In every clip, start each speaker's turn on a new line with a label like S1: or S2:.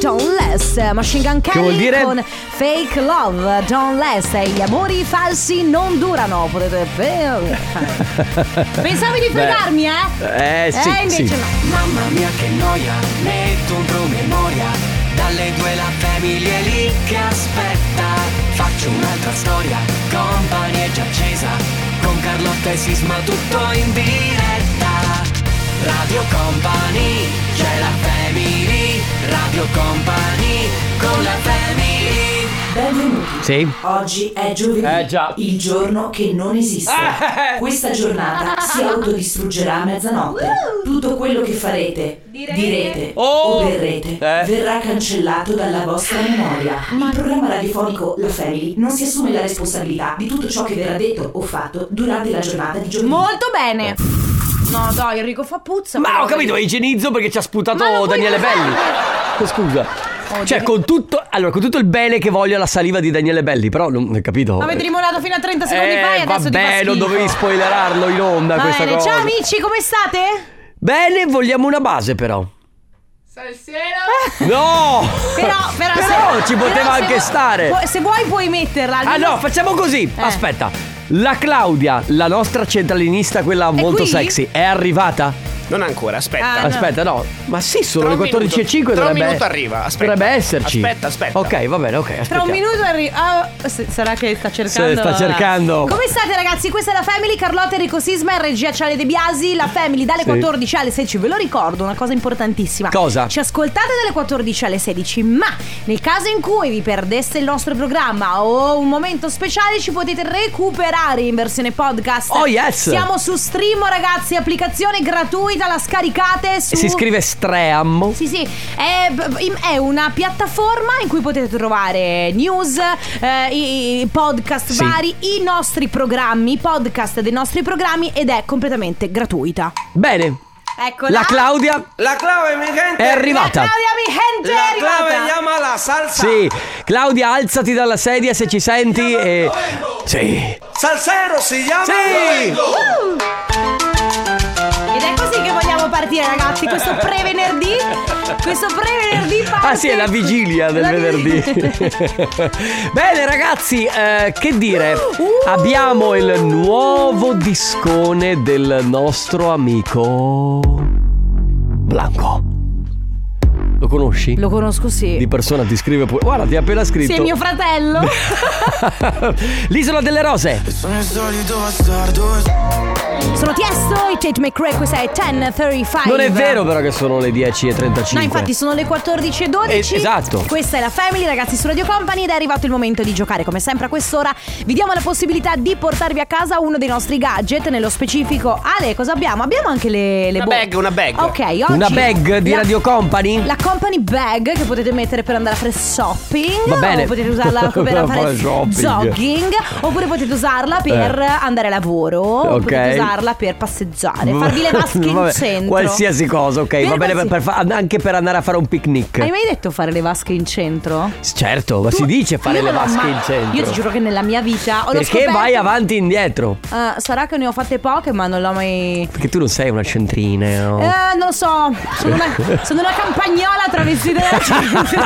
S1: Don't Less Machine Gun Kelly
S2: vuol dire?
S1: con Fake Love Don't Less e gli amori falsi non durano potete pensavi di fregarmi eh
S2: Eh sì,
S1: eh invece
S2: sì.
S1: no
S3: Mamma mia che noia, metto un promemoria. Dalle due la famiglia è lì che aspetta. Faccio un'altra storia, company è già accesa. Con Carlotta e Sisma tutto in diretta. Radio Company, c'è la family. Radio Company, con la family.
S4: Benvenuti.
S2: Sì?
S4: Oggi è giovedì,
S2: Eh, già. Eh,
S4: il giorno che non esiste. Questa giornata si autodistruggerà a mezzanotte. Tutto quello che farete, direte,
S2: Oh.
S4: o berrete
S2: Eh.
S4: verrà cancellato dalla vostra memoria. Il programma radiofonico La Family non si assume la responsabilità di tutto ciò che verrà detto o fatto durante la giornata di giovedì.
S1: molto bene no dai Enrico fa puzza
S2: Ma
S1: però.
S2: ho capito, igienizzo perché ci ha
S1: Ma non
S2: sputato
S1: puoi
S2: Daniele Belli. Scusa. Cioè, con tutto, allora, con tutto il bene che voglio alla saliva di Daniele Belli, però non ho capito.
S1: avete rimorato fino a 30 secondi
S2: eh,
S1: fa e adesso ti fa
S2: vabbè,
S1: schifo
S2: non dovevi spoilerarlo in onda
S1: Va
S2: questa
S1: bene.
S2: cosa.
S1: ciao amici come state?
S2: Bene, vogliamo una base però. Salsero? No!
S1: Però, però,
S2: Però
S1: se-
S2: ci
S1: però
S2: poteva
S1: se
S2: anche
S1: vu-
S2: stare.
S1: pu- se vuoi puoi metterla.
S2: Ah
S1: almeno- Eh.
S2: no, facciamo così. Aspetta. La Claudia, la nostra centralinista, quella molto
S1: qui?
S2: sexy, è arrivata?
S5: Non ancora, aspetta.
S1: Ah, no.
S2: Aspetta, no. Ma sì, sono
S5: Tra
S2: le
S5: un
S2: 14.05
S5: minuto- tra un
S2: dovrebbe
S5: minuto arriva, aspetta.
S2: Dovrebbe esserci.
S5: Aspetta, aspetta.
S2: Ok, va bene, ok,
S1: Tra
S2: aspetta.
S1: un minuto arriva. sarà che sta cercando.
S2: Eh, sta cercando.
S1: Come state, ragazzi? Questa è la Family Carlotta Enrico Sisma e regia Ciale De Biasi. La Family dalle
S2: Sì.
S1: 14 alle 16. Ve lo ricordo, una cosa importantissima.
S2: Cosa?
S1: Ci ascoltate dalle 14 alle 16. Ma nel caso in cui vi perdeste il nostro programma o un momento speciale, ci potete recuperare in versione podcast.
S2: Oh, yes.
S1: Siamo su Stream, ragazzi. Applicazione gratuita, la scaricate su.
S2: E si scrive Stream.
S1: Sì, sì, è, è una piattaforma in cui potete trovare news, eh, i, i podcast
S2: Sì.
S1: vari, i nostri programmi, i podcast dei nostri programmi ed è completamente gratuita.
S2: Bene.
S1: Eccola.
S2: La Claudia
S6: La clave, mi gente.
S2: è
S1: La
S2: arrivata.
S1: Claudia mi gente è
S6: La clave
S1: arrivata.
S6: llama la salsa.
S2: Sì, Claudia, alzati dalla sedia se ci senti e... Sì.
S6: Salsero si llama.
S2: Sì.
S1: Ed è così che vogliamo partire ragazzi, questo pre-venerdì, questo pre-venerdì parte...
S2: Ah sì, è la vigilia del
S1: La
S2: venerdì. Bene ragazzi, eh, che dire? Abbiamo il nuovo discone del nostro amico Blanco. Lo conosci?
S1: Lo conosco sì.
S2: Di persona ti scrive pure. Guarda, ti ha appena scritto.
S1: Sì, è mio fratello.
S2: L'isola delle rose.
S3: Sono il solito bastardo.
S1: Sono Tiesto e Tate McRae, questa è 1035.
S2: Non è vero però che sono le 10.35.
S1: No, infatti sono le 14.12.
S2: Eh, esatto.
S1: Questa è la Family, ragazzi, su Radio Company ed è arrivato il momento di giocare. Come sempre a quest'ora vi diamo la possibilità di portarvi a casa uno dei nostri gadget. Nello specifico, Ale, cosa abbiamo? Abbiamo anche le, le
S5: Una
S1: bo-
S5: bag, una bag.
S1: Ok, oggi...
S2: Una bag di
S1: la-
S2: Radio Company?
S1: La company bag che potete mettere per andare a fare shopping
S2: Va bene.
S1: O potete usarla per
S2: Per
S1: fare
S2: fare shopping.
S1: jogging Oppure potete usarla per
S2: Eh.
S1: andare a lavoro
S2: Ok.
S1: Potete usarla per passeggiare Farvi le vasche
S2: Vabbè,
S1: in centro
S2: Qualsiasi cosa, ok.
S1: Per
S2: Va bene, per-
S1: qualsi-
S2: per fa- anche per andare a fare un picnic.
S1: Hai mai detto fare le vasche in centro?
S2: Certo, ma si dice fare
S1: Io
S2: le
S1: non ho
S2: vasche
S1: mai-
S2: in centro.
S1: Io ti giuro che nella mia vita ho lo
S2: Perché
S1: scoperto-
S2: vai avanti e indietro?
S1: Ah, sarà che ne ho fatte poche, ma non l'ho mai.
S2: Perché tu non sei una centrina. no?
S1: Eh, non lo so, sono una, sono una campagnola travestita da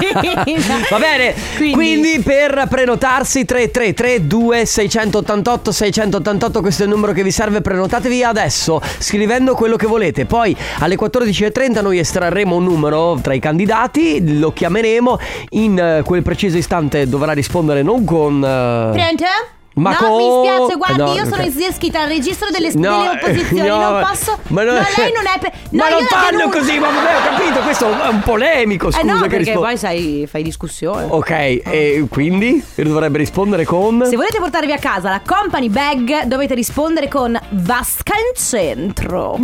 S1: centrina.
S2: Va bene,
S1: Quindi-
S2: quindi, per prenotarsi 333 2688 688 questo è il numero che vi serve, prenotatevi adesso scrivendo quello che volete, poi alle 14.30 noi estrarremo un numero tra i candidati, lo chiameremo, in eh, quel preciso istante dovrà rispondere non con... eh,
S1: Pronto?
S2: Ma
S1: no,
S2: co-
S1: mi spiace, guardi,
S2: No,
S1: io sono
S2: ok.
S1: iscritta al registro delle,
S2: No, eh,
S1: delle opposizioni,
S2: no,
S1: non posso.
S2: ma no- cioè,
S1: no, lei non è. Per...
S2: ma
S1: no,
S2: non
S1: io la
S2: parlo
S1: denuncio.
S2: così, ma vabbè, ho capito, questo è un polemico, scusa
S1: Eh no,
S2: che
S1: perché
S2: rispondo.
S1: poi sai, fai discussione.
S2: Ok, e quindi dovrebbe rispondere con
S1: Se volete portarvi a casa la company bag, dovete rispondere con Vasca in centro.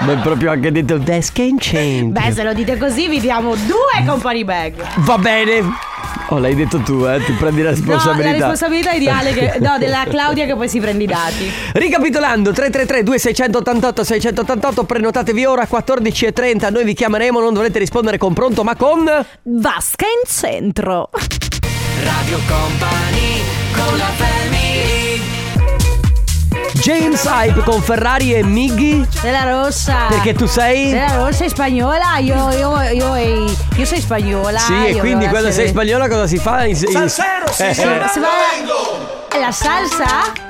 S2: Ma è proprio anche detto desk in change.
S1: Beh, se lo dite così, vi diamo due company bag.
S2: Va bene. Oh, l'hai detto tu, eh, ti prendi la
S1: No, la
S2: responsabilità.
S1: responsabilità è di Ale che- no, della Claudia che poi si prende i dati.
S2: Ricapitolando 333 2688 688 prenotatevi ora 14:30 noi vi chiameremo non dovrete rispondere con pronto ma con
S1: Vasca in centro.
S2: James Hype con Ferrari e Miggy
S1: Della rossa.
S2: perché tu sei...
S1: Della rossa è spagnola. Io, io, io, io, sono spagnola.
S2: Sì, e
S1: io
S2: quindi
S1: allora
S2: quando
S1: se-
S2: sei spagnola cosa si fa? In- in-
S6: Salsero, si
S1: Cioè,
S2: Eh,
S6: chiama.
S1: Si va la salsa?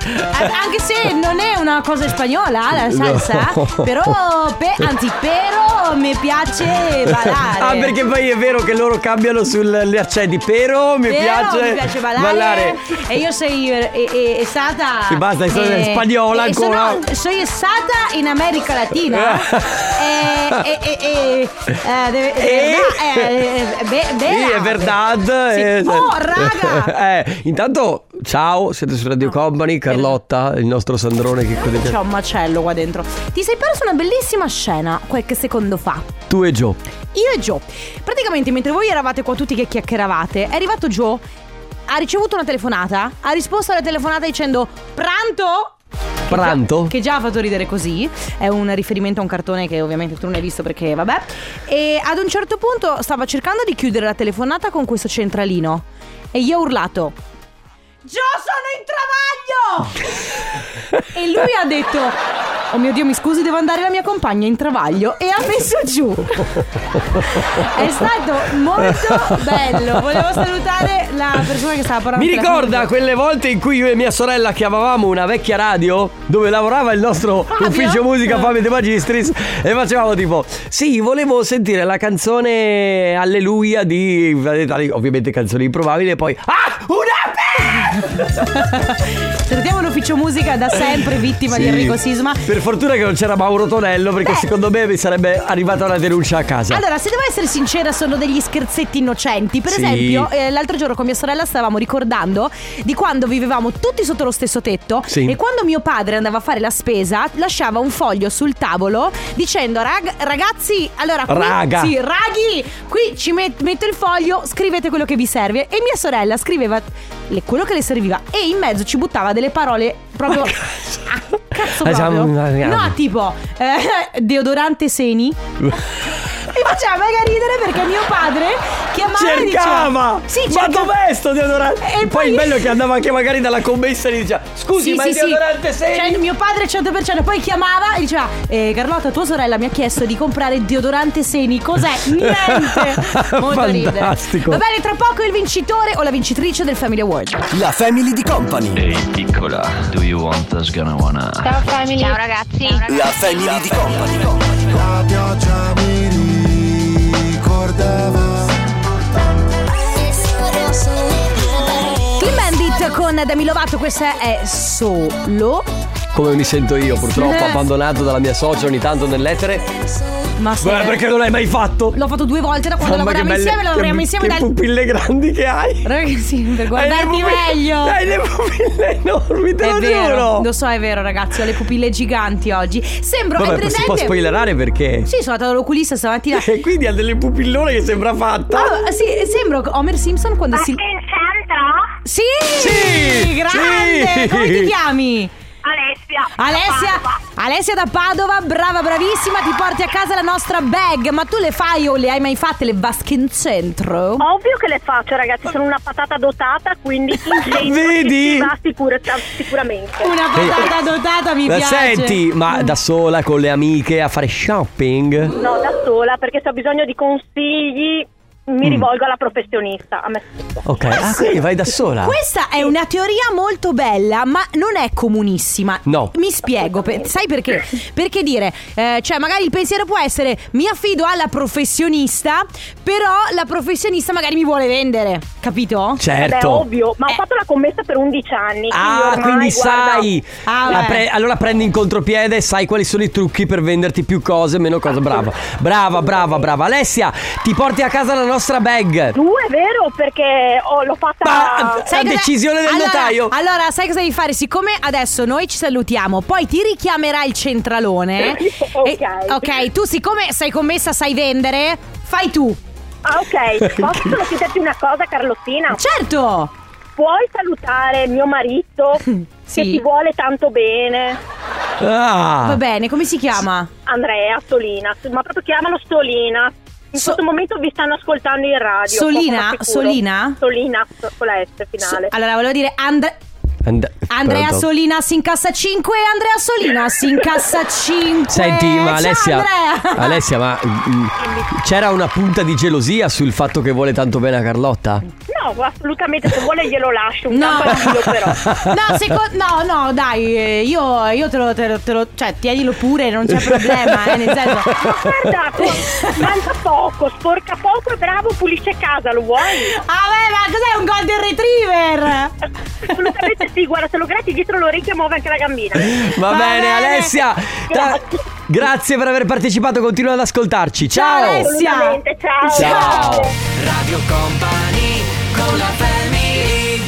S1: An- Anche se non è una cosa spagnola la salsa,
S2: Eh. No.
S1: però, pe- anzi, però mi piace ballare.
S2: Ah, perché poi è vero che loro cambiano sugli accenti. Però mi
S1: Però
S2: piace,
S1: mi piace ballare, E io sei eh, eh, eh, stata.
S2: Sì, basta, è stata spagnola
S1: eh,
S2: ancora. Eh.
S1: Sono, sono stata in America Latina. e. e- e- e, eh, de- de-
S2: E?
S1: no, eh, eh, be-
S2: Sì,
S1: bella.
S2: è verdad.
S1: Sì.
S2: eh,
S1: Oh, raga! Ah,
S2: eh, intanto, ciao, siete su Radio Company. Carlotta, il nostro Sandrone. Che cosa
S1: C'è un macello qua dentro. Ti sei perso una bellissima scena qualche secondo fa.
S2: Tu e Gio.
S1: Io e Joe. Praticamente mentre voi eravate qua tutti che chiacchieravate, è arrivato Joe, ha ricevuto una telefonata, ha risposto alla telefonata dicendo pranto? Che già-
S2: Pranto?
S1: Che già ha fatto ridere così, è un riferimento a un cartone che ovviamente tu non hai visto perché vabbè. E ad un certo punto stava cercando di chiudere la telefonata con questo centralino e gli ho urlato Gio sono in travaglio! e lui ha detto Oh mio Dio, mi scusi, devo andare la mia compagna in travaglio e ha messo giù. È stato molto bello. Volevo salutare la persona che stava parlando.
S2: Mi
S1: al telefono.
S2: ricorda quelle volte in cui io e mia sorella chiamavamo una vecchia radio dove lavorava il nostro
S1: Fabio?
S2: ufficio musica Fabio De Magistris e facevamo tipo sì volevo sentire la canzone Alleluia di ovviamente canzoni improbabili e poi ah una
S1: Salutiamo l'ufficio musica da sempre vittima di
S2: Sì.
S1: Enrico Sisma.
S2: Per fortuna che non c'era Mauro Tonello, perché
S1: Beh.
S2: secondo me mi sarebbe arrivata una denuncia a casa.
S1: Allora, se devo essere sincera, sono degli scherzetti innocenti. Per
S2: Sì.
S1: esempio, eh, l'altro giorno con mia sorella stavamo ricordando di quando vivevamo tutti sotto lo stesso tetto
S2: Sì.
S1: e quando mio padre andava a fare la spesa, lasciava un foglio sul tavolo dicendo "Rag- ragazzi, allora qui,
S2: Raga.
S1: sì, raghi, qui ci met- metto il foglio, scrivete quello che vi serve". E mia sorella scriveva le- quello che le serviva e in mezzo ci buttava delle parole proprio Ah, Cazzo
S2: Ah, siamo-
S1: proprio. No, tipo eh, deodorante seni. Mi faceva mega ridere perché mio padre chiamava e diceva- diciamo.
S2: Cercava!
S1: Sì,
S2: ma
S1: cerca-
S2: dov'è sto deodorante?
S1: E
S2: E poi,
S1: poi-
S2: il bello è che andava anche magari dalla commessa e gli diceva Scusi
S1: Sì,
S2: ma
S1: sì,
S2: il
S1: sì.
S2: deodorante sei?
S1: Cioè, mio padre 100% poi chiamava e diceva eh, Carlotta tua sorella mi ha chiesto di comprare deodorante seni cos'è? Niente molto ridere
S2: Fantastico.
S1: va bene tra poco il vincitore o la vincitrice del Family Award
S3: La family di company.
S7: Ehi piccola, do you want us gonna wanna?
S3: La family di company.
S1: Clean Bandit con Demi Lovato questa è solo
S2: Come mi sento io purtroppo
S1: Eh.
S2: abbandonato dalla mia socia ogni tanto nell'etere
S1: ma se-
S2: Guarda perché non l'hai mai fatto
S1: l'ho fatto due volte da quando
S2: Mamma che
S1: lavoravamo
S2: belle-
S1: insieme lavoriamo
S2: che-
S1: insieme
S2: Che Eh,
S1: dal
S2: pupille grandi che hai
S1: Ragazzi, per
S2: Hai le
S1: guardarti
S2: pupille-
S1: meglio.
S2: Hai le pupille enormi, te
S1: È
S2: lo
S1: vero,
S2: giuro
S1: lo so, è vero, ragazzi. Ho le pupille giganti oggi. Sembro. è
S2: Vabbè,
S1: presente?
S2: si può spoilerare perché
S1: Sì, sono andata dall'oculista stamattina.
S2: E quindi ha delle pupillone che sembra fatta.
S1: Ah, sì, sembro Homer Simpson quando si. Sì!
S2: Sì!
S1: Grande!
S2: Sì!
S1: Come ti chiami? Alessia, Alessia da Padova, brava, bravissima, ti porti a casa la nostra bag, ma tu le fai o le hai mai fatte le vasche in centro?
S2: Oh.
S8: Ovvio che le faccio, ragazzi, sono una patata dotata, quindi in centro
S2: Vedi?
S8: si va sicur- sicuramente.
S1: Una patata dotata mi
S2: La
S1: piace. Mm.
S2: senti, ma da sola con le amiche a fare shopping?
S8: No, da sola, perché se ho bisogno di consigli
S2: Mm.
S8: mi rivolgo alla professionista. A me stesso.
S2: Ok, ah, quindi vai da sola.
S1: Questa è una teoria molto bella, ma non è comunissima.
S2: No.
S1: Mi spiego, pe- sai perché? Perché dire, eh, cioè magari il pensiero può essere mi affido alla professionista, però la professionista magari mi vuole vendere, capito?
S8: Vabbè,
S2: Certo.
S8: ovvio, ma ho
S1: Eh.
S8: fatto la commessa per 11 anni.
S2: Ah,
S8: ormai,
S2: quindi
S8: guarda,
S2: sai.
S1: Ah,
S2: La
S1: beh.
S2: pre- allora prendi in contropiede e sai quali sono i trucchi per venderti più cose, meno cose. Brava, brava, brava, brava. Alessia, ti porti a casa la nostra bag.
S8: Due, vero? Perché oh, l'ho fatta.
S2: Ma- La
S1: cosa-
S2: decisione del
S1: allora,
S2: notaio.
S1: Allora, sai cosa devi fare? Siccome adesso noi ci salutiamo, poi ti richiamerà il centralone.
S8: Ok.
S1: E- ok, tu siccome sei commessa, sai vendere, fai tu.
S8: Ah, ok. Posso solo chiederti una cosa, Carlottina?
S1: Certo!
S8: Puoi salutare mio marito
S1: Sì.
S8: che ti vuole tanto bene,
S2: Ah.
S1: Va bene, come si chiama?
S8: Andrea Solinas, ma proprio chiamalo Solinas. In
S1: So-
S8: questo momento vi stanno ascoltando in radio.
S1: Solina?
S8: poco ma sicuro.
S1: Solina?
S8: Solinas con la S finale.
S1: So- allora, volevo dire And-
S2: And-
S1: Andrea
S2: Pronto?
S1: Solina si incassa 5 Andrea Solina si incassa 5
S2: Senti, ma Alessia,
S1: Eh, Ciao Andrea
S2: Alessia, ma mm, c'era una punta di gelosia sul fatto che vuole tanto bene a Carlotta?
S8: No, assolutamente, se vuole glielo lascio, un
S1: No.
S8: campo anch'io però.
S1: No, seco- no, no, dai, eh, io, io te, lo, te, lo, te lo- Cioè, tienilo pure, non c'è problema, eh, nel senso...
S8: Ma guarda, po- mangia poco, sporca poco e bravo, pulisce casa, lo vuoi?
S1: Ah beh, ma cos'è un golden retriever?
S8: Assolutamente sì, guarda, se lo gratti dietro l'orecchio muove anche la gambina.
S2: Va,
S1: Va
S2: bene,
S1: bene.
S2: Alessia! ta-
S8: Grazie.
S2: grazie per aver partecipato, continua ad ascoltarci. Ciao!
S1: Alessia.
S8: Assolutamente, ciao.
S2: Ciao.
S3: Radio Company con la family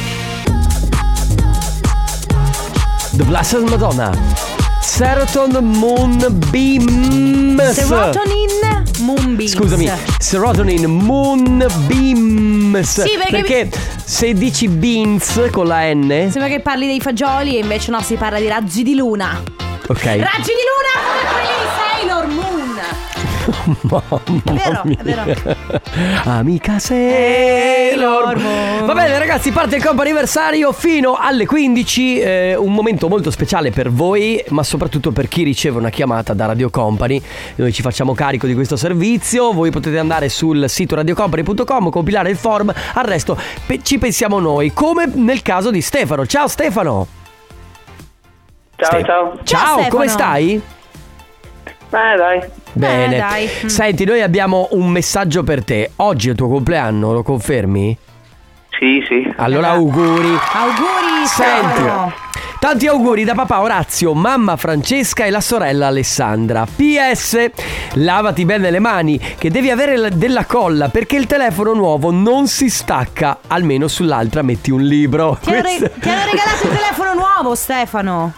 S2: The Blessed Madonna. Seroton Moonbeam.
S1: Serotonin Moonbeams
S2: Scusami, serotonin moonbeams.
S1: Sì, perché-
S2: se dici beans con la N,
S1: Sembra che parli dei fagioli e invece no, si parla di raggi di luna
S2: ok.
S1: Raggi di luna come quelli di Sailor Moon È vero, è vero
S2: Amica Sailor Moon. Va bene ragazzi, parte il compo anniversario fino alle 15, eh, un momento molto speciale per voi, ma soprattutto per chi riceve una chiamata da Radio Company. Noi ci facciamo carico di questo servizio, voi potete andare sul sito radiocompany.com, compilare il form, al resto pe- ci pensiamo noi, come nel caso di Stefano. Ciao Stefano.
S9: Ciao, ciao.
S1: Ciao, Stefano.
S2: come stai?
S9: Beh, dai.
S2: Eh, Bene.
S1: dai. Mm.
S2: Senti, noi abbiamo un messaggio per te. Oggi è il tuo compleanno, lo confermi?
S9: Sì, sì.
S2: Allora auguri.
S1: Eh, Auguri
S2: Senti.
S1: Stefano
S2: Tanti auguri da papà Orazio, mamma Francesca e la sorella Alessandra. PS, lavati bene le mani, che devi avere la- della colla perché il telefono nuovo non si stacca. Almeno sull'altra metti un libro.
S1: ti hanno, re-
S2: Questo-
S1: ti hanno regalato il telefono nuovo Stefano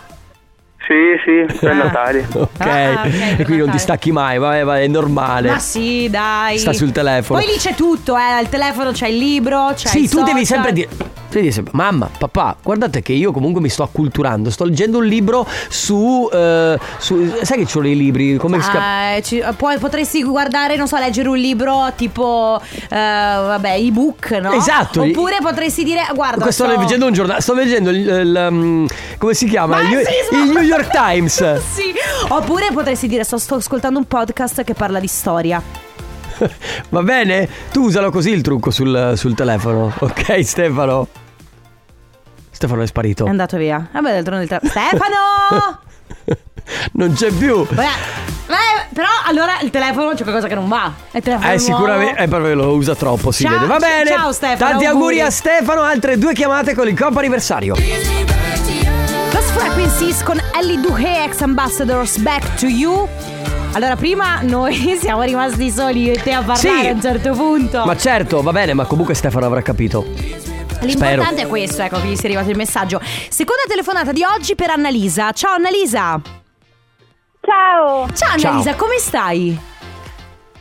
S9: Sì, sì, per
S1: Ah.
S9: Natale.
S2: Ok,
S1: Ah, ok,
S2: e
S1: per
S2: quindi non ti
S1: Natale.
S2: stacchi mai, vabbè, vabbè, è normale.
S1: Ma sì dai
S2: Sta sul telefono.
S1: Poi lì c'è tutto eh Al telefono c'è il libro c'è
S2: Sì,
S1: il
S2: tu
S1: Cioè,
S2: devi
S1: social.
S2: sempre dire. tu devi sempre, Mamma, papà, guardate che io comunque mi sto acculturando. Sto leggendo un libro su. eh, su- sai che ci sono i libri? Come si chiama?
S1: Ah, eh, ci- poi potresti guardare, non so, leggere un libro tipo, eh, vabbè, ebook, no?
S2: Esatto.
S1: Oppure potresti dire, guarda,
S2: Questo sto leggendo un giornale. Sto leggendo il. il, um, come si chiama? Il,
S1: Marxismo.
S2: il New York Times.
S1: Sì. Oppure potresti dire, sto, sto ascoltando un podcast che parla di storia.
S2: Va bene? Tu usalo così il trucco sul, sul telefono. Ok, Stefano? Stefano è
S1: È
S2: sparito.
S1: andato via. Vabbè, d'altronde il tra- Stefano!
S2: Non c'è più.
S1: Vabbè, eh, però allora il telefono c'è qualcosa che non va. Il telefono
S2: Eh,
S1: nuovo.
S2: sicuramente. Eh, proprio lo usa troppo, si
S1: Ciao-
S2: vede. Va bene.
S1: ciao, Stefano,
S2: Tanti auguri.
S1: auguri.
S2: a Stefano. Altre due chiamate con il compo anniversario. eh.
S1: Lost Frequencies con Ellie Duhe, ex ambassadors, back to you. Allora, prima noi siamo rimasti soli io e te a parlare
S2: Sì.
S1: a un certo punto.
S2: Ma certo, va bene, ma comunque Stefano avrà capito.
S1: L'importante è questo, ecco, vi è arrivato il messaggio. Seconda telefonata di oggi per Annalisa. Ciao Annalisa.
S8: Ciao,
S1: Ciao Annalisa, come stai?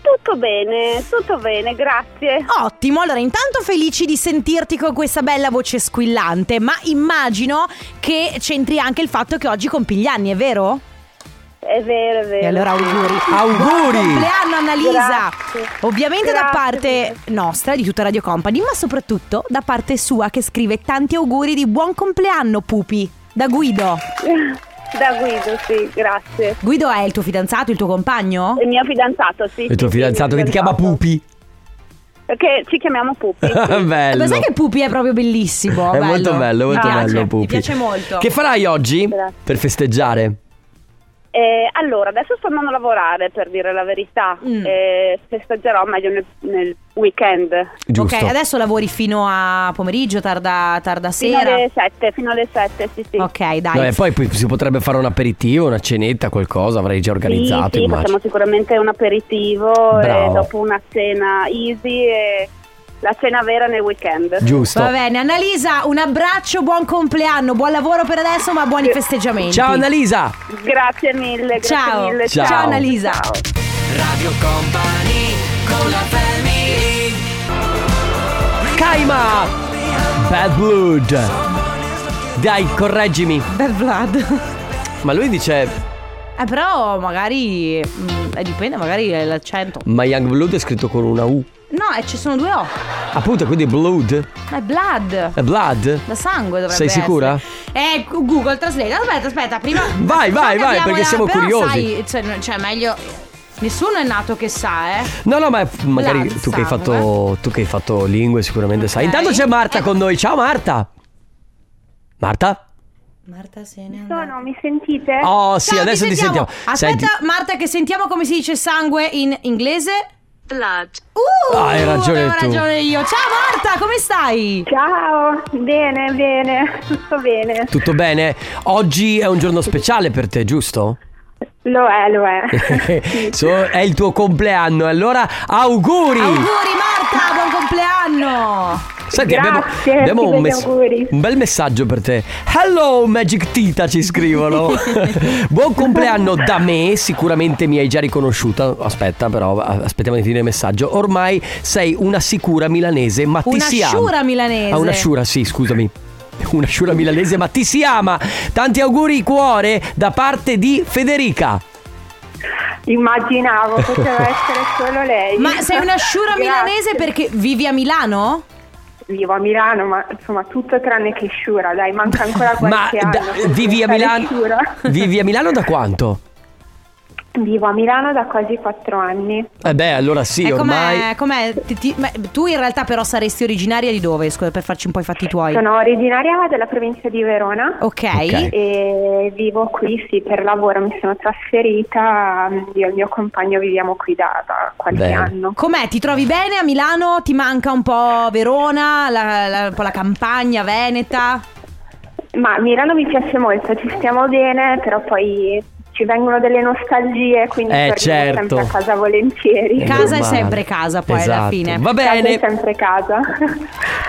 S8: tutto bene, tutto bene, grazie.
S1: Oh. Ottimo, allora intanto felici di sentirti con questa bella voce squillante, ma immagino che c'entri anche il fatto che oggi compi gli anni, è vero?
S8: È vero, è vero.
S1: E allora auguri.
S2: Auguri!
S1: Buon compleanno Annalisa.
S8: Grazie.
S1: Ovviamente da
S8: Grazie
S1: parte nostra, di tutta Radio Company, ma soprattutto da parte sua che scrive tanti auguri di buon compleanno Pupi. Da Guido.
S8: Da Guido, sì, grazie.
S1: Guido è il tuo fidanzato, il tuo compagno?
S8: Il mio fidanzato, sì.
S2: Il tuo fidanzato che ti chiama
S1: esatto.
S2: Pupi.
S8: Perché ci chiamiamo Pupi.
S2: bello.
S1: Ma sai che Pupi è proprio bellissimo.
S2: È molto bello, molto
S1: Mi piace,
S2: bello Pupi.
S1: Mi piace molto.
S2: Che farai oggi
S8: Grazie.
S2: per festeggiare?
S8: Eh, allora, adesso sto andando a lavorare, per dire la verità.
S1: Mm.
S8: Eh, festeggerò meglio nel, nel weekend.
S2: Giusto.
S1: Ok, adesso lavori fino a pomeriggio, tarda, tarda
S8: Fino
S1: sera.
S8: alle 7, fino alle 7, sì, sì.
S1: Ok, dai.
S2: Vabbè, poi pu- si potrebbe fare un aperitivo, una cenetta, qualcosa, avrai già organizzato,
S8: sì, sì,
S2: immagino.
S8: facciamo sicuramente un aperitivo
S2: Bravo.
S8: e dopo una cena easy e la cena vera nel weekend.
S2: Giusto.
S1: Va bene, Annalisa, un abbraccio, buon compleanno, buon lavoro per adesso, ma buoni festeggiamenti.
S2: Ciao Annalisa.
S8: Grazie mille, grazie
S1: Ciao.
S8: mille.
S2: Ciao.
S1: Ciao, Annalisa.
S3: Radio Company con la family
S2: Kaima. Bad Blood. Dai, correggimi.
S1: Bad Vlad.
S2: Ma lui dice
S1: Eh, però magari. mm, eh, dipende, magari è l'accento.
S2: Ma Young Blood è scritto con una U.
S1: No, eh, ci sono due O.
S2: Appunto, quindi blood.
S1: Ma è blood.
S2: È blood.
S1: Da sangue dovrebbe
S2: Sei sicura?
S1: essere. Eh, Google Translate. Aspetta, aspetta, prima.
S2: Vai, vai,
S1: prima
S2: vai,
S1: capiamo
S2: perché siamo
S1: però
S2: curiosi.
S1: sai, cioè, no- cioè, meglio. Nessuno è nato che sa, eh.
S2: No, no, ma magari
S1: Blood,
S2: tu che, hai fatto, tu che hai fatto lingue sicuramente sai.
S1: Ok. Eh.
S2: Intanto c'è Marta con noi. Ciao Marta. Marta?
S1: Marta se ne
S8: Sono, mi sentite?
S1: Eh,
S2: Oh sì, adesso ti sentiamo.
S1: Aspetta, Marta, che sentiamo come si dice sangue in inglese. Blood. Uh,
S2: Ah, hai ragione
S1: avevo
S2: tu.
S1: ragione io. Ciao Marta, come stai?
S8: Ciao, bene, bene, tutto bene.
S2: Tutto bene? Oggi è un giorno speciale per te, giusto?
S8: Lo è, lo è.
S2: So- è il tuo compleanno, allora auguri!
S1: Auguri Marta, buon compleanno.
S2: Senti, abbiamo,
S8: Grazie,
S2: abbiamo
S8: ti
S2: un,
S8: voglio auguri.
S2: un bel messaggio per te. Hello Magic Tita ci scrivono. Buon compleanno da me, sicuramente mi hai già riconosciuta. Aspetta però, a- aspettiamo di finire il messaggio. Ormai sei una sicura milanese, ma ti
S1: Una
S2: si ama.
S1: sciura milanese.
S2: Ah, una sciura, sì, scusami. Una sciura milanese, ma ti si ama. Tanti auguri cuore da parte di Federica.
S8: Immaginavo, poteva essere solo lei.
S1: Ma sei una sciura
S8: Grazie.
S1: milanese perché vivi a Milano?
S8: Vivo a Milano, ma insomma tutto tranne che sciura, dai, manca ancora
S2: Ma
S8: qualche anno.
S2: da-
S8: per
S2: vivi a
S8: diventare
S2: Milano?
S8: sciura.
S2: Vivi a Milano da quanto?
S8: Vivo a Milano da quasi quattro anni.
S2: Eh beh, allora sì,
S1: Eh, com'è,
S2: ormai.
S1: com'è? Ti- ti- ma tu in realtà però saresti originaria di dove? Scusa, per farci un po' i fatti tuoi.
S8: Sono originaria della provincia di Verona.
S1: Ok.
S2: Ok.
S8: E vivo qui, sì, per lavoro mi sono trasferita, mm, io e il mio compagno viviamo qui da, da qualche
S2: Bene.
S8: anno.
S1: Com'è? Ti trovi bene a Milano? Ti manca un po' Verona, la- la- un po' la campagna veneta?
S8: Ma Milano mi piace molto, ci stiamo bene, però poi ci vengono delle nostalgie, quindi
S2: Eh,
S8: torniamo
S2: certo.
S8: sempre a casa volentieri.
S1: Casa è
S2: normale.
S1: sempre casa, poi, alla
S2: Esatto.
S1: fine.
S2: Va
S8: Casa è
S2: bene,
S8: sempre casa.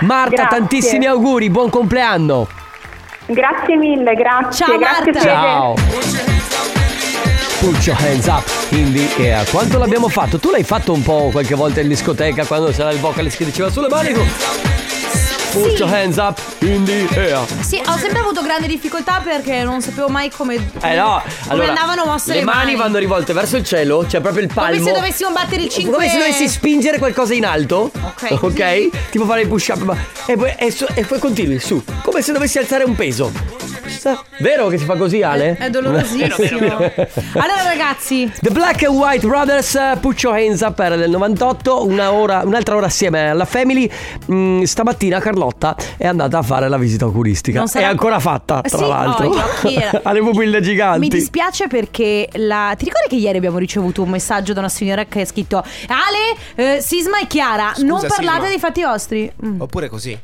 S2: Marta,
S8: Grazie.
S2: tantissimi auguri, buon compleanno.
S8: Grazie mille, grazie.
S1: Ciao,
S8: grazie
S1: Marta.
S8: Fede.
S2: Ciao. Put your hands up in the air. Quanto l'abbiamo fatto? Tu l'hai fatto un po' qualche volta in discoteca quando c'era il vocalist che diceva sulle mani. tu. Put your hands up in the air.
S1: Sì, ho sempre avuto grande difficoltà perché non sapevo mai come,
S2: Eh no, allora,
S1: andavano mosse le,
S2: mani vanno rivolte verso il cielo, c'è proprio il palmo.
S1: Come se dovessimo battere il cinque-
S2: Come se dovessi spingere qualcosa in alto.
S1: Ok.
S2: Ok? Tipo fare il push up. Ma... E, poi, e su- e poi continui su. Come se dovessi alzare un peso. Sa- Vero che si fa così, Ale?
S1: È dolorosissimo. allora ragazzi,
S2: The Black and White Brothers, eh, Put Your Hands Up era del 98, una ora- un'altra ora assieme alla Family. Mm, stamattina Carlotta è andata a fare la visita oculistica.
S1: Non sarà-
S2: È ancora fatta, tra
S1: Sì,
S2: l'altro.
S1: oh, gli occhi era-
S2: ha le pupille giganti.
S1: mi dispiace perché la... ti ricordi che ieri abbiamo ricevuto un messaggio da una signora che ha scritto Ale, eh, Sisma e Chiara, non
S5: Sisma."
S1: parlate dei fatti vostri. Mm.
S5: Oppure così.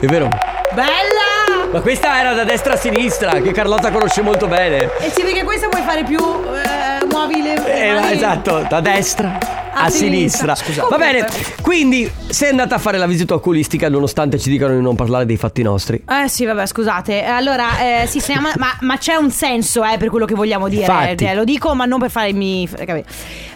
S2: È vero.
S1: Bella!
S2: Ma questa era da destra a sinistra, che Carlotta conosce molto bene.
S1: E sì, perché questa vuoi fare più eh, muovi le
S2: Eh,
S1: le mani.
S2: esatto, da destra a, sinistra.
S1: sinistra. eh.
S2: Va bene,
S1: Comunque.
S2: quindi sei andata a fare la visita oculistica nonostante ci dicano di non parlare dei fatti nostri.
S1: Eh sì, vabbè, scusate. Allora, eh, sì, siamo- ma, ma c'è un senso eh, per quello che vogliamo dire.
S2: Infatti.
S1: Eh, lo dico, ma non per farmi. capito?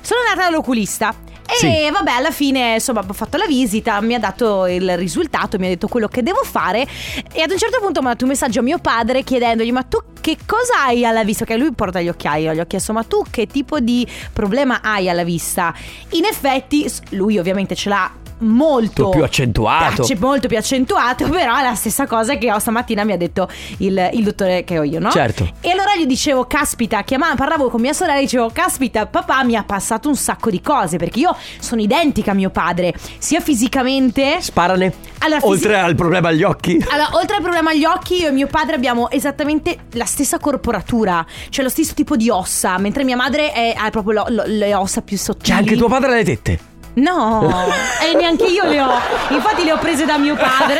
S1: Sono andata dall'oculista. E
S2: Sì.
S1: vabbè, alla fine, insomma, ho fatto la visita, mi ha dato il risultato, mi ha detto quello che devo fare. E ad un certo punto mi ha dato un messaggio a mio padre chiedendogli: Ma tu che cosa hai alla vista? Che lui porta gli occhiali. Io gli ho chiesto: Ma tu che tipo di problema hai alla vista? In effetti, s- lui ovviamente ce l'ha molto
S2: Tutto più accentuato.
S1: piace- molto più accentuato, però è la stessa cosa che ho stamattina mi ha detto il, il dottore che ho io, no?
S2: Certo.
S1: E allora gli dicevo, caspita, chiamavo, parlavo con mia sorella e dicevo, caspita, papà mi ha passato un sacco di cose, perché io sono identica a mio padre, sia fisicamente...
S2: Sparane.
S1: Allora, fisi-
S2: Oltre al problema agli occhi.
S1: Allora, oltre al problema agli occhi, io e mio padre abbiamo esattamente la stessa corporatura, cioè lo stesso tipo di ossa, mentre mia madre è- ha proprio lo- lo- le ossa più sottili.
S2: C'è anche tuo padre alle tette.
S1: No, Oh, e neanche io le ho. Infatti le ho prese da mio padre.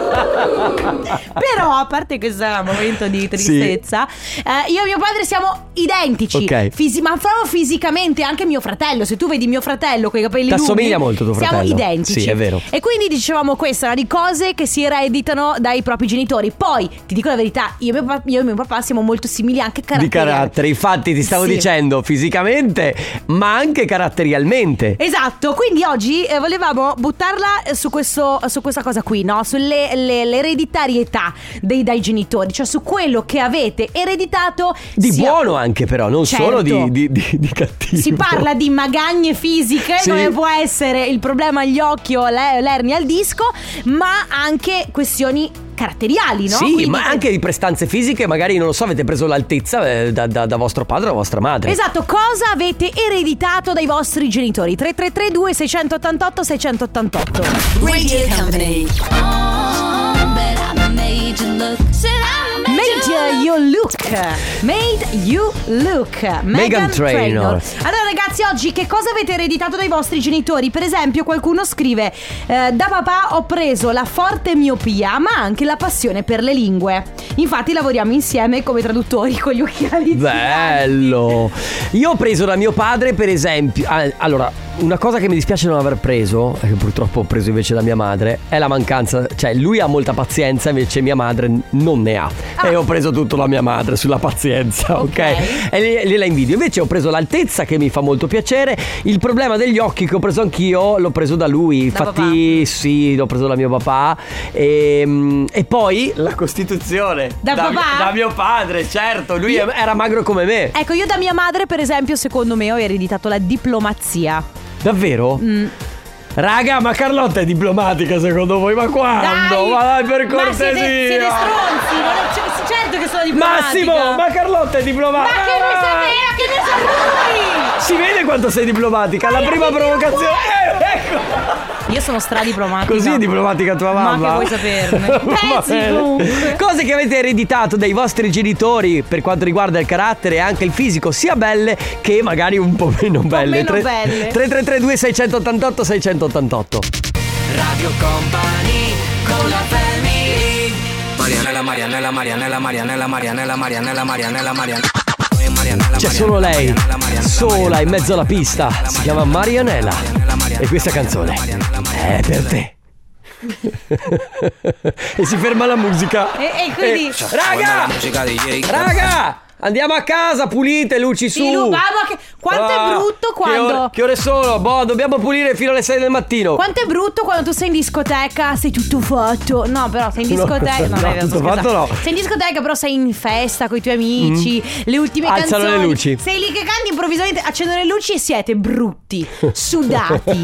S1: Però, a parte questo momento di tristezza, eh, io e mio padre siamo identici.
S2: Ok.
S1: Fisi- ma proprio fisicamente, anche mio fratello. Se tu vedi mio fratello con i capelli lunghi,
S2: T'assomiglia molto tuo fratello.
S1: Siamo identici.
S2: Sì, è vero.
S1: E quindi dicevamo questa è una di cose che si ereditano dai propri genitori. Poi, ti dico la verità, io e mio, pa- io e mio papà siamo molto simili anche
S2: Di carattere. Infatti, ti stavo
S1: Sì.
S2: dicendo fisicamente, ma anche caratterialmente.
S1: Esatto, quindi oggi eh, volevamo buttarla eh, su, questo, su questa cosa qui, no? Sulle le- l'ereditarietà dei, dai genitori, cioè su quello che avete ereditato
S2: Di
S1: sia-
S2: buono anche però, non
S1: Certo.
S2: solo di, di, di- di cattivo.
S1: Si parla di magagne fisiche,
S2: Sì.
S1: come può essere il problema agli occhi o le- l'ernia al disco, ma anche questioni caratteriali, no?
S2: Sì,
S1: Quindi-
S2: ma anche di prestanze fisiche, magari non lo so, avete preso l'altezza eh, da, da- da vostro padre o da vostra madre.
S1: Esatto, cosa avete ereditato dai vostri genitori? 3332 688 688 Made you look Made you look Meghan
S2: Trainor.
S1: Allora ragazzi oggi che cosa avete ereditato dai vostri genitori? Per esempio qualcuno scrive eh, Da papà ho preso la forte miopia ma anche la passione per le lingue Infatti lavoriamo insieme come traduttori con gli occhiali
S2: Bello! Io ho preso da mio padre, per esempio. ah, Allora, una cosa che mi dispiace non aver preso, e che purtroppo ho preso invece da mia madre, è la mancanza. Cioè, lui ha molta pazienza, invece mia madre n- non ne ha. E ho preso tutto da mia madre sulla pazienza, ok? E le- gliela invidio. Invece ho preso l'altezza che mi fa molto piacere. Il problema degli occhi che ho preso anch'io, l'ho preso da lui. Infatti, sì, l'ho preso da mio papà. E, e poi la costituzione.
S1: Da papà?
S2: da mio padre, certo. Lui è- era magro come me.
S1: Ecco, io da mia madre, per esempio, secondo me ho ereditato la diplomazia.
S2: Davvero?
S1: Mm.
S2: Raga, ma Carlotta è diplomatica secondo voi? Ma quando?
S1: Dai!
S2: ma dai, per
S1: Ma
S2: cortesia!
S1: siete, siete stronzi, non è- c- certo che sono diplomatica.
S2: Massimo, ma Carlotta è
S1: Ma
S2: diplomatica! Ah!
S1: che ne sapeva, che ne sa lui?
S2: Si vede quanto sei diplomatica, la
S1: io
S2: prima
S1: mi
S2: provocazione. Eh, ecco!
S1: Io sono stradiplomatica.
S2: Così è diplomatica tua
S1: Ma
S2: mamma.
S1: che vuoi saperne?
S2: Va
S1: Pezzi,
S2: bene.
S1: comunque.
S2: Cose che avete ereditato dai vostri genitori per quanto riguarda il carattere e anche il fisico, sia belle che magari un po' meno belle.
S1: meno belle.
S2: 3332 688 688.
S3: Radio Company con la family Marianella, Marianella, Marianella, Marianella, Marianella, Marianella, Marianella, Marianella
S2: C'è solo lei, sola in mezzo alla pista. Si chiama Marianela. E questa canzone è per te. e si ferma la musica.
S1: E, e quindi...
S2: Raga! Raga! Andiamo a casa, pulite, luci su.
S1: Sì, Lu, mamma, che- quanto è
S2: Ah,
S1: brutto
S2: che ore-
S1: quando...
S2: Che ore, sono? Boh, dobbiamo pulire fino alle 6 del mattino.
S1: Quanto è brutto quando tu sei in discoteca, sei tutto fatto. No, però sei in discoteca.
S2: No,
S1: No, vabbè,
S2: tutto
S1: sto
S2: fatto
S1: scherzando.
S2: no. Mm.
S1: Sei in discoteca, però sei in festa con i tuoi amici. Le ultime
S2: Alzano le
S1: canzoni.
S2: luci.
S1: Sei lì che canti improvvisamente, accendono le luci e siete brutti, sudati,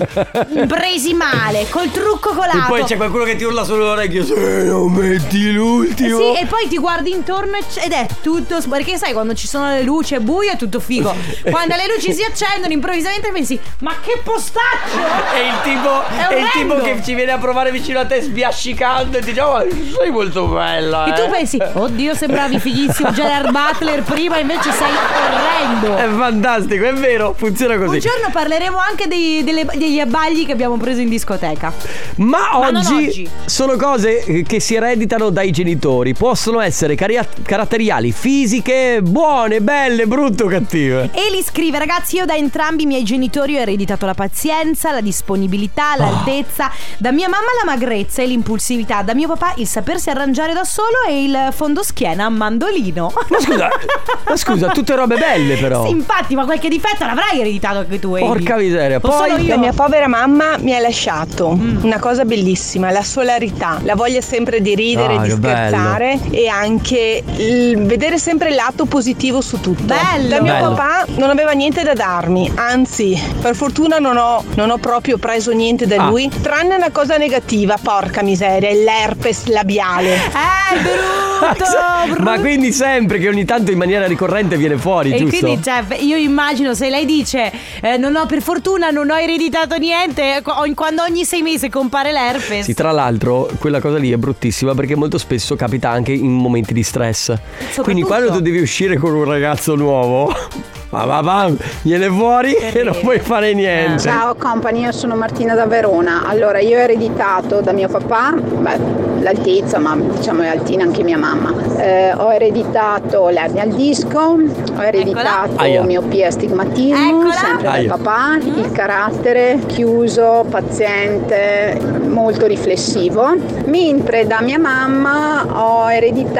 S1: presi male, col trucco colato.
S2: E poi c'è qualcuno che ti urla sull'orecchio. Se non metti l'ultimo.
S1: Eh Sì, e poi ti guardi intorno e c- ed è tutto. s- Perché sai, quando ci sono le luci è buio, è tutto figo. Quando le luci si accendono, improvvisamente pensi: Ma che postaccio!
S2: È il tipo,
S1: È
S2: è il tipo
S1: orrendo.
S2: che ci viene a provare vicino a te sbiascicando e ti dice "Oh, sei molto bella.
S1: E tu
S2: eh."
S1: pensi, oddio, sembravi fighissimo Gerard Butler prima, invece sei
S2: È
S1: orrendo.
S2: fantastico, è vero, funziona
S1: Un
S2: così.
S1: giorno parleremo anche dei- delle- degli abbagli che abbiamo preso in discoteca.
S2: Ma
S1: Ma non
S2: oggi,
S1: oggi.
S2: sono cose eh, che si ereditano dai genitori. Possono essere caria- caratteriali, fisiche, buone, belle, brutte o cattive.
S1: Eli scrive, ragazzi, io da entrambi i miei genitori ho ereditato la pazienza, la disponibilità, l'altezza, da mia mamma la magrezza e l'impulsività, da mio papà il sapersi arrangiare da solo e il fondoschiena a mandolino.
S2: Ma scusa, ma scusa, tutte robe belle però.
S1: Sì, infatti, ma qualche difetto l'avrai ereditato anche tu, Eli.
S2: Porca miseria.
S1: Non solo
S2: Poi
S1: io. Mm.
S10: La mia povera mamma mi ha lasciato una cosa bellissima, la solarità, la voglia sempre di ridere,
S2: Ah,
S10: di
S2: che
S10: scherzare e anche il vedere sempre il lato positivo su tutto.
S1: Bello.
S10: Da mio
S2: Bello.
S10: papà non aveva niente da darmi, anzi, per fortuna non ho, non ho proprio preso niente da
S2: Ah.
S10: lui, tranne una cosa negativa, porca miseria, l'herpes labiale.
S1: Eh, brutto, brutto.
S2: Ma quindi sempre che ogni tanto in maniera ricorrente viene fuori,
S1: E
S2: giusto?
S1: quindi cioè, io immagino se lei dice eh, non ho per fortuna non ho ereditato niente eh, qu- quando ogni sei mesi compare l'herpes.
S2: Sì, tra l'altro quella cosa lì è bruttissima perché molto spesso capita anche in momenti di stress. Quindi quando tu devi uscire con un ragazzo nuovo, ma va va, viene fuori e non puoi fare niente.
S1: Eh,
S11: Ciao company, io sono Martina da Verona. Allora, io ho ereditato da mio papà, beh, l'altezza, ma diciamo è altina anche mia mamma. Eh, ho ereditato l'ernia al disco, ho ereditato
S2: Aia.
S11: miopia e astigmatismo,
S1: Eccola.
S11: sempre dal
S2: Aia. Mhm.
S11: papà, il carattere chiuso, paziente, molto riflessivo. Mentre da mia mamma ho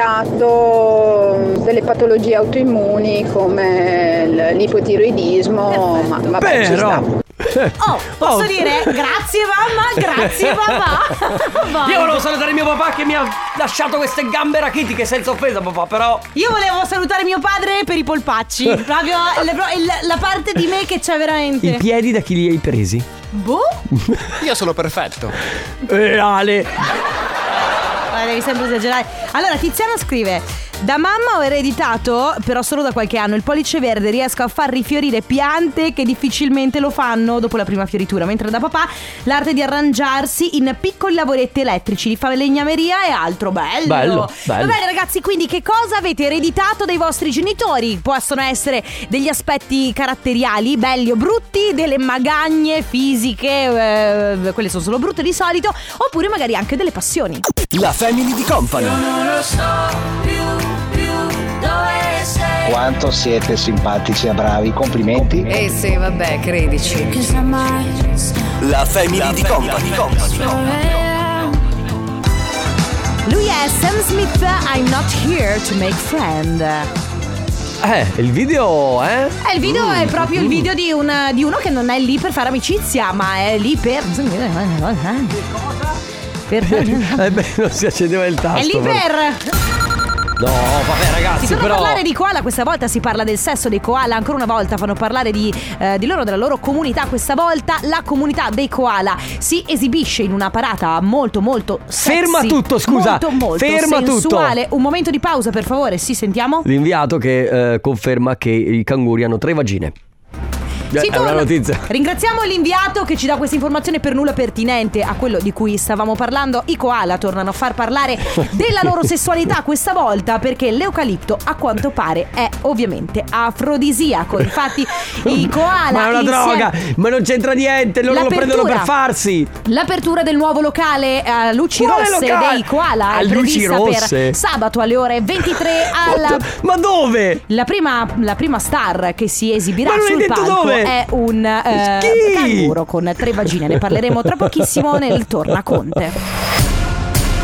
S11: ereditato delle patologie autoimmuni come l- l'ipotiroidismo, ma vabbè, ci sta.
S2: Però
S1: Oh, posso
S2: Oh.
S1: dire grazie mamma, grazie papà. Vai.
S2: Io volevo salutare mio papà che mi ha lasciato queste gambe rachitiche, senza offesa papà, però...
S1: Io volevo salutare mio padre per i polpacci. Proprio le- pro- il- la parte di me che c'è veramente.
S2: I piedi da chi li hai presi?
S1: boh.
S5: Io sono perfetto.
S2: Eh, Ale.
S1: Ma Eh, devi sempre esagerare. Allora, Tiziana scrive: Da mamma ho ereditato, però solo da qualche anno, il pollice verde. Riesco a far rifiorire piante che difficilmente lo fanno dopo la prima fioritura. Mentre da papà l'arte di arrangiarsi in piccoli lavoretti elettrici di falegnameria e altro. Bello.
S2: Bello, bello.
S1: Va bene, ragazzi, quindi che cosa avete ereditato dai vostri genitori? Possono essere degli aspetti caratteriali, belli o brutti, delle magagne fisiche, eh, quelle sono solo brutte di solito, oppure magari anche delle passioni.
S3: La family di company. non lo so più, più dove sei.
S12: Quanto siete simpatici e bravi, complimenti.
S13: Eh sì, vabbè, credici.
S3: La family di company.
S1: Lui è Sam Smith, I'm not here to make friend.
S2: Eh, il video, eh?
S1: Eh, il video è proprio il video di, un- di uno che non è lì per fare amicizia, ma è lì per. Per
S2: eh beh, non si accendeva il tasto.
S1: È lì per.
S2: No, vabbè
S1: Si
S2: ragazzi,
S1: torna
S2: però...
S1: a parlare di koala, questa volta si parla del sesso dei koala, ancora una volta fanno parlare di, eh, di loro, della loro comunità, questa volta la comunità dei koala si esibisce in una parata molto molto sexy,
S2: Ferma tutto, scusa.
S1: molto molto
S2: Ferma tutto.
S1: sensuale. un momento di pausa per favore, sì sentiamo?
S2: L'inviato che eh, conferma che i canguri hanno tre vagine. Eh,
S1: Si
S2: è una
S1: torna.
S2: notizia.
S1: Ringraziamo l'inviato che ci dà questa informazione per nulla pertinente a quello di cui stavamo parlando. I koala tornano a far parlare della loro sessualità questa volta perché l'eucalipto a quanto pare è ovviamente afrodisiaco. Infatti i koala...
S2: Ma è una
S1: insieme-
S2: droga, ma non c'entra niente, loro lo
S1: L'apertura.
S2: prendono per farsi.
S1: L'apertura del nuovo locale a luci
S2: Quale
S1: rosse
S2: locale?
S1: dei koala
S2: A
S1: è
S2: luci
S1: prevista
S2: rosse?
S1: per sabato alle ore 23 alla...
S2: Ma dove?
S1: La prima, la prima star che si esibirà
S2: Ma non hai
S1: sul
S2: detto
S1: palco
S2: dove?
S1: è un eh,
S2: Chi?
S1: canguro con tre vagine. Ne parleremo tra pochissimo nel Tornaconte.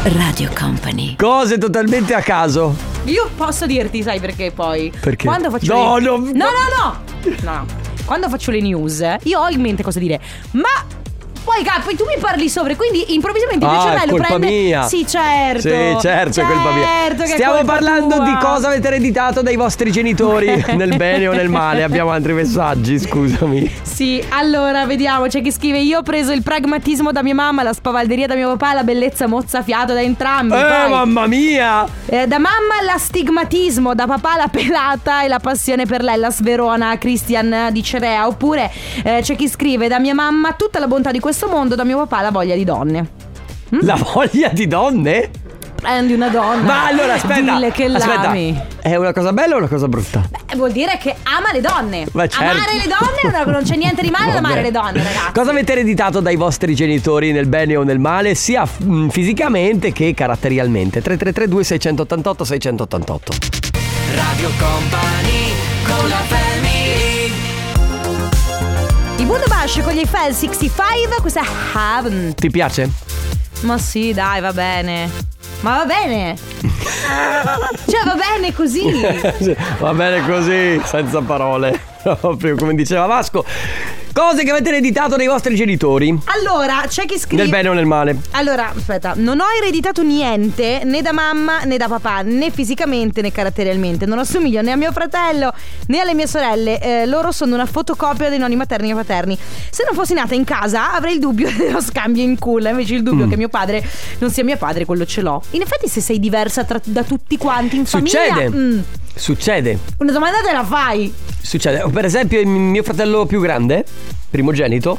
S1: Radio Company.
S2: Cose totalmente a caso.
S1: Io posso dirti, sai perché poi?
S2: Perché?
S1: Quando faccio
S2: No,
S1: le...
S2: no,
S1: no, no, no, no. Quando faccio le news, io ho in mente cosa dire, ma poi, ca- poi tu mi parli sopra, quindi improvvisamente il mio
S2: Ah, è
S1: cervello
S2: colpa
S1: prende.
S2: mia.
S1: Sì, certo.
S2: Sì, certo, è colpa mia.
S1: Certo che è
S2: Stiamo
S1: colpa
S2: parlando
S1: tua.
S2: di cosa avete ereditato dai vostri genitori, nel bene o nel male. Abbiamo altri messaggi, scusami.
S1: Sì, allora vediamo, c'è chi scrive Io ho preso il pragmatismo da mia mamma, la spavalderia da mio papà, la bellezza mozzafiato da entrambi
S2: eh,
S1: poi.
S2: mamma mia!
S1: Eh, da mamma l'astigmatismo, da papà la pelata e la passione per lei, la sverona, Christian di Cerea. Oppure eh, c'è chi scrive da mia mamma tutta la bontà di questo mondo, da mio papà la voglia di donne.
S2: La voglia di donne?
S1: Prendi una donna.
S2: Ma allora aspetta,
S1: Dille che
S2: aspetta.
S1: l'ami.
S2: È una cosa bella o una cosa brutta?
S1: Eh, Vuol dire che ama le donne.
S2: Ma certo.
S1: Amare le donne è una- non c'è niente di male ad amare
S2: Vabbè.
S1: le donne, ragazzi.
S2: Cosa avete ereditato dai vostri genitori nel bene o nel male, sia mm, fisicamente che caratterialmente? 3332 688 688.
S3: Radio Company con la family.
S1: I Bundabash con gli FL 65, questa è Heaven.
S2: Ti piace?
S1: Ma sì, dai, va bene. Ma va bene. cioè, va bene così.
S2: Va bene così, senza parole. Proprio come diceva Vasco. Cose che avete ereditato dai vostri genitori.
S1: Allora, c'è chi scrive.
S2: Nel bene o nel male.
S1: Allora, aspetta, non ho ereditato niente né da mamma né da papà, né fisicamente né caratterialmente. Non assomiglio né a mio fratello né alle mie sorelle. Eh, loro sono una fotocopia dei nonni materni e paterni. Se non fossi nata in casa avrei il dubbio dello scambio in culla. Invece il
S2: Mm.
S1: dubbio che mio padre non sia mio padre, quello ce l'ho. In effetti, se sei diversa tra- da tutti quanti in
S2: Succede.
S1: famiglia. mm,
S2: Succede.
S1: una domanda te la fai.
S2: Succede. Oh, Per esempio, il mio fratello più grande, primogenito,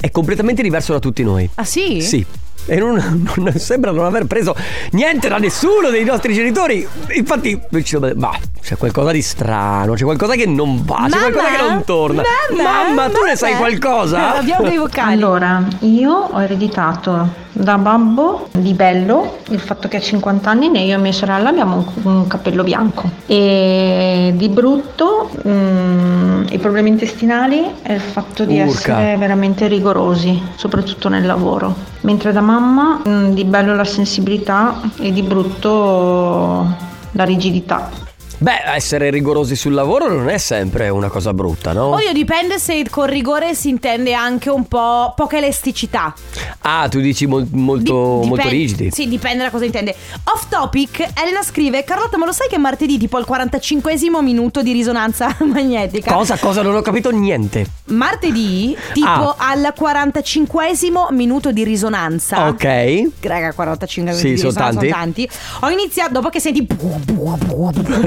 S2: è completamente diverso da tutti noi.
S1: Ah, sì?
S2: Sì. E non, non- sembra non aver preso niente da nessuno dei nostri genitori. Infatti, noi ci siamo- ma c'è qualcosa di strano, c'è qualcosa che non va, Ah, c'è qualcosa che non torna. tu ne sai qualcosa?
S1: Eh,
S14: Allora, io ho ereditato da babbo di bello il fatto che a 50 anni né io e mia sorella abbiamo un, un capello bianco e di brutto mm, i problemi intestinali è il fatto di
S15: Urca.
S14: essere veramente rigorosi, soprattutto nel lavoro. Mentre da mamma mm, di bello la sensibilità e di brutto la rigidità.
S2: Beh, essere rigorosi sul lavoro non è sempre una cosa brutta, no?
S1: Poi dipende se con rigore si intende anche un po' poca elasticità.
S2: Ah, tu dici mol- molto,
S1: Dipende-
S2: molto rigidi.
S1: Sì, dipende da cosa intende. Off topic, Elena scrive: Carlotta, ma lo sai che martedì, tipo al 45 minuto di risonanza magnetica?
S2: Cosa, cosa? Non ho capito niente.
S1: Martedì, tipo
S2: Ah.
S1: al 45 minuto di risonanza.
S2: Ok.
S1: Raga, 45
S2: Sì,
S1: minuti di
S2: sono
S1: risonanza sono
S2: tanti.
S1: tanti. Ho iniziato, dopo che senti.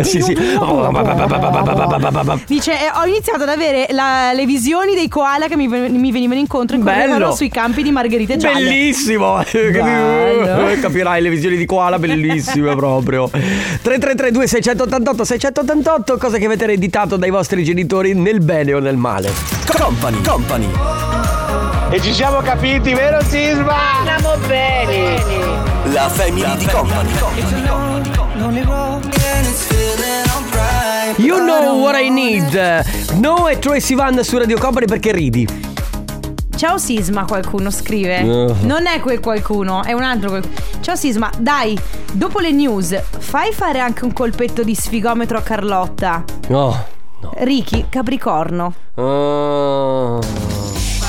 S2: sì, Oh, sì.
S1: Dice, eh, ho iniziato ad avere la- le visioni dei koala che mi, ven- mi venivano incontro e correvano
S2: Bello.
S1: sui campi di margherite gialle.
S2: Bellissimo!
S1: Bello.
S2: Capirai le visioni di koala, bellissime proprio. 3332 688 688 cose che avete ereditato dai vostri genitori nel bene o nel male. Company, company.
S12: E ci siamo capiti, vero Sisma? Andiamo bene.
S3: La family di company.
S2: You know what I need. No e Tracy Van su Radio Company perché ridi.
S1: Ciao Sisma, qualcuno scrive.
S2: Eh.
S1: Non è quel qualcuno, è un altro qualcuno. Ciao Sisma, dai, dopo le news, fai fare anche un colpetto di sfigometro a Carlotta.
S2: No.
S1: Ricky, Capricorno.
S2: Ah.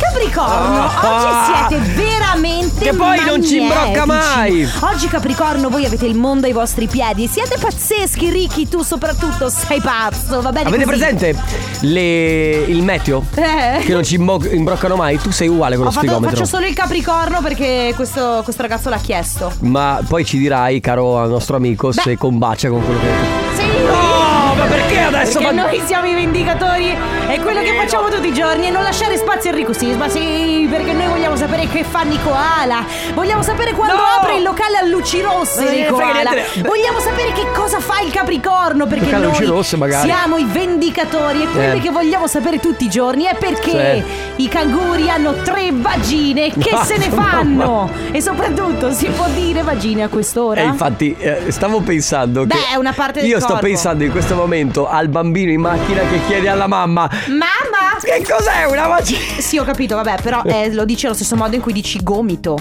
S1: Capricorno,
S2: Ah.
S1: oggi siete veramente
S2: Che poi non
S1: magnetici.
S2: ci imbrocca mai.
S1: Oggi Capricorno, voi avete il mondo ai vostri piedi. Siete pazzeschi, Ricky, tu soprattutto sei pazzo, va bene
S2: Avete
S1: così?
S2: presente le- il meteo?
S1: Eh.
S2: Che non ci imbo- imbroccano mai? Tu sei uguale con
S1: Ho
S2: lo
S1: fatto-
S2: sfigometro.
S1: faccio solo il Capricorno perché questo, questo ragazzo l'ha chiesto.
S2: Ma poi ci dirai, caro nostro amico, se combacia con quello che.
S1: Sì!
S2: No, ma perché adesso? Eh,
S1: Perché
S2: Ma-
S1: noi siamo i vendicatori è quello che facciamo tutti i giorni e non lasciare spazio a Enrico Sisma, sì, perché noi vogliamo sapere che fanno i koala. Vogliamo sapere quando
S2: No!
S1: apre il locale a luci rosse
S2: Non
S1: dei
S2: gliene frega
S1: koala.
S2: niente. Beh.
S1: Vogliamo sapere che cosa fa il Capricorno perché
S2: Locale a
S1: noi
S2: luci rosse, magari.
S1: siamo i vendicatori e quello
S2: Eh.
S1: che vogliamo sapere tutti i giorni è perché i canguri hanno tre vagine che
S2: Ma-
S1: se ne
S2: no,
S1: fanno
S2: ma-
S1: e soprattutto si può dire vagine a quest'ora?
S2: E infatti eh, stavo pensando che
S1: Beh, è una parte del
S2: Io sto
S1: corpo.
S2: pensando in questo momento al bambino in macchina che chiede alla mamma
S1: Mamma!
S2: Che cos'è una vagina?
S1: Sì, ho capito, vabbè, però eh, lo dici allo stesso modo in cui dici gomito.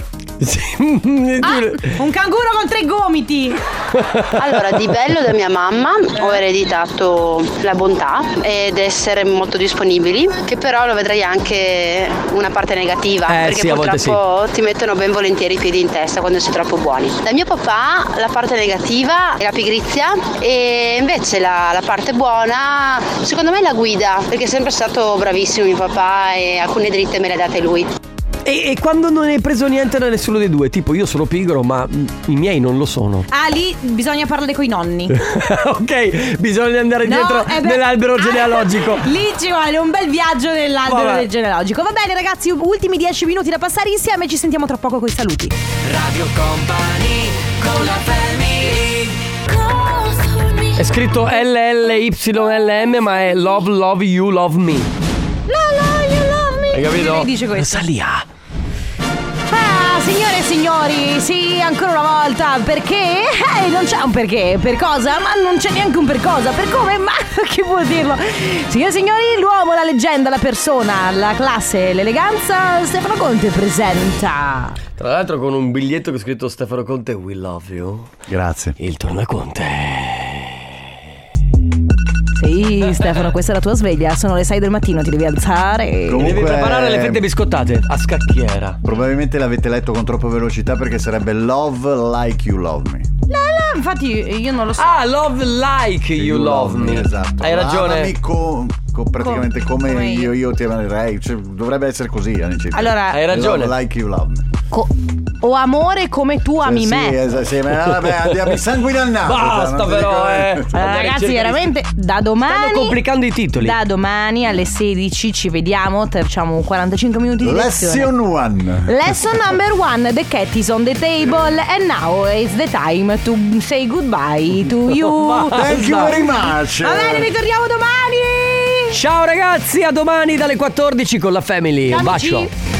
S1: Ah, un canguro con tre gomiti!
S15: Allora, di bello da mia mamma ho ereditato la bontà ed essere molto disponibili, che però lo vedrei anche una parte negativa,
S2: Eh,
S15: perché
S2: sì, a volte
S15: purtroppo ti mettono ben volentieri i piedi in testa quando sei troppo buoni. Da mio papà la parte negativa è la pigrizia e invece la, la parte buona secondo me è la guida, perché è sempre stato bravissimo mio papà e alcune dritte me le ha date lui.
S2: e, e quando non hai preso niente da nessuno dei due Tipo io sono pigro ma mm, i miei non lo sono
S1: Ah, lì bisogna parlare coi nonni.
S2: Ok, bisogna andare
S1: No,
S2: dietro
S1: eh beh-
S2: nell'albero genealogico
S1: Lì ci vuole un bel viaggio nell'albero
S2: Vabbè.
S1: del genealogico. Va bene, ragazzi, ultimi dieci minuti da passare insieme. Ci sentiamo tra poco con i saluti.
S3: Radio Company con la family.
S2: È scritto LLYLM ma è Love Love You Love Me
S1: La la, you love me.
S2: Hai capito?
S1: Lei dice questo.
S2: Salia
S1: Ah, signore e signori, sì, ancora una volta, perché? Eh, non c'è un perché, per cosa? Ma non c'è neanche un per cosa, per come? Ma chi può dirlo? Signore e signori, l'uomo, la leggenda, la persona, la classe, l'eleganza, Stefano Conte presenta.
S2: Tra l'altro con un biglietto che ho scritto Stefano Conte We love you
S16: Grazie.
S2: Il tornaconte
S1: Sì, Stefano, questa è la tua sveglia, sono le 6 del mattino, ti devi alzare.
S16: Comunque-
S2: Devi preparare le fette biscottate a scacchiera
S16: Probabilmente l'avete letto con troppa velocità perché sarebbe Love Like You Love Me.
S1: No, no, Ah, infatti io non lo so.
S2: Ah, love like you, love, me.
S16: Esatto.
S2: Hai ragione.
S16: Amami co- co- praticamente
S1: Co-
S16: come,
S1: come io.
S16: io, io ti amerei. Cioè, dovrebbe essere così all'incirca.
S1: Allora- Hai
S2: ragione.
S16: Love Like You Love Me.
S1: Co- o amore come tu ami
S16: sì,
S1: me.
S16: esatto, sì, ma vabbè, andiamo sanguina al
S15: Ah,
S16: naso. cioè,
S2: Basta
S16: non ti
S2: però, eh.
S16: dico-
S1: Allora, ragazzi, veramente da domani.
S2: Stanno complicando i titoli.
S1: Da domani alle 16 ci vediamo, te- facciamo 45 minuti di lezione.
S16: Lesson one.
S1: Lesson number one, the cat is on the table and now it's the time to say goodbye to you.
S16: Thank you very much.
S1: Va bene, ritorniamo domani.
S2: Ciao ragazzi, a domani dalle 14 con la family.
S1: Ciao,
S2: Un bacio.
S1: amici.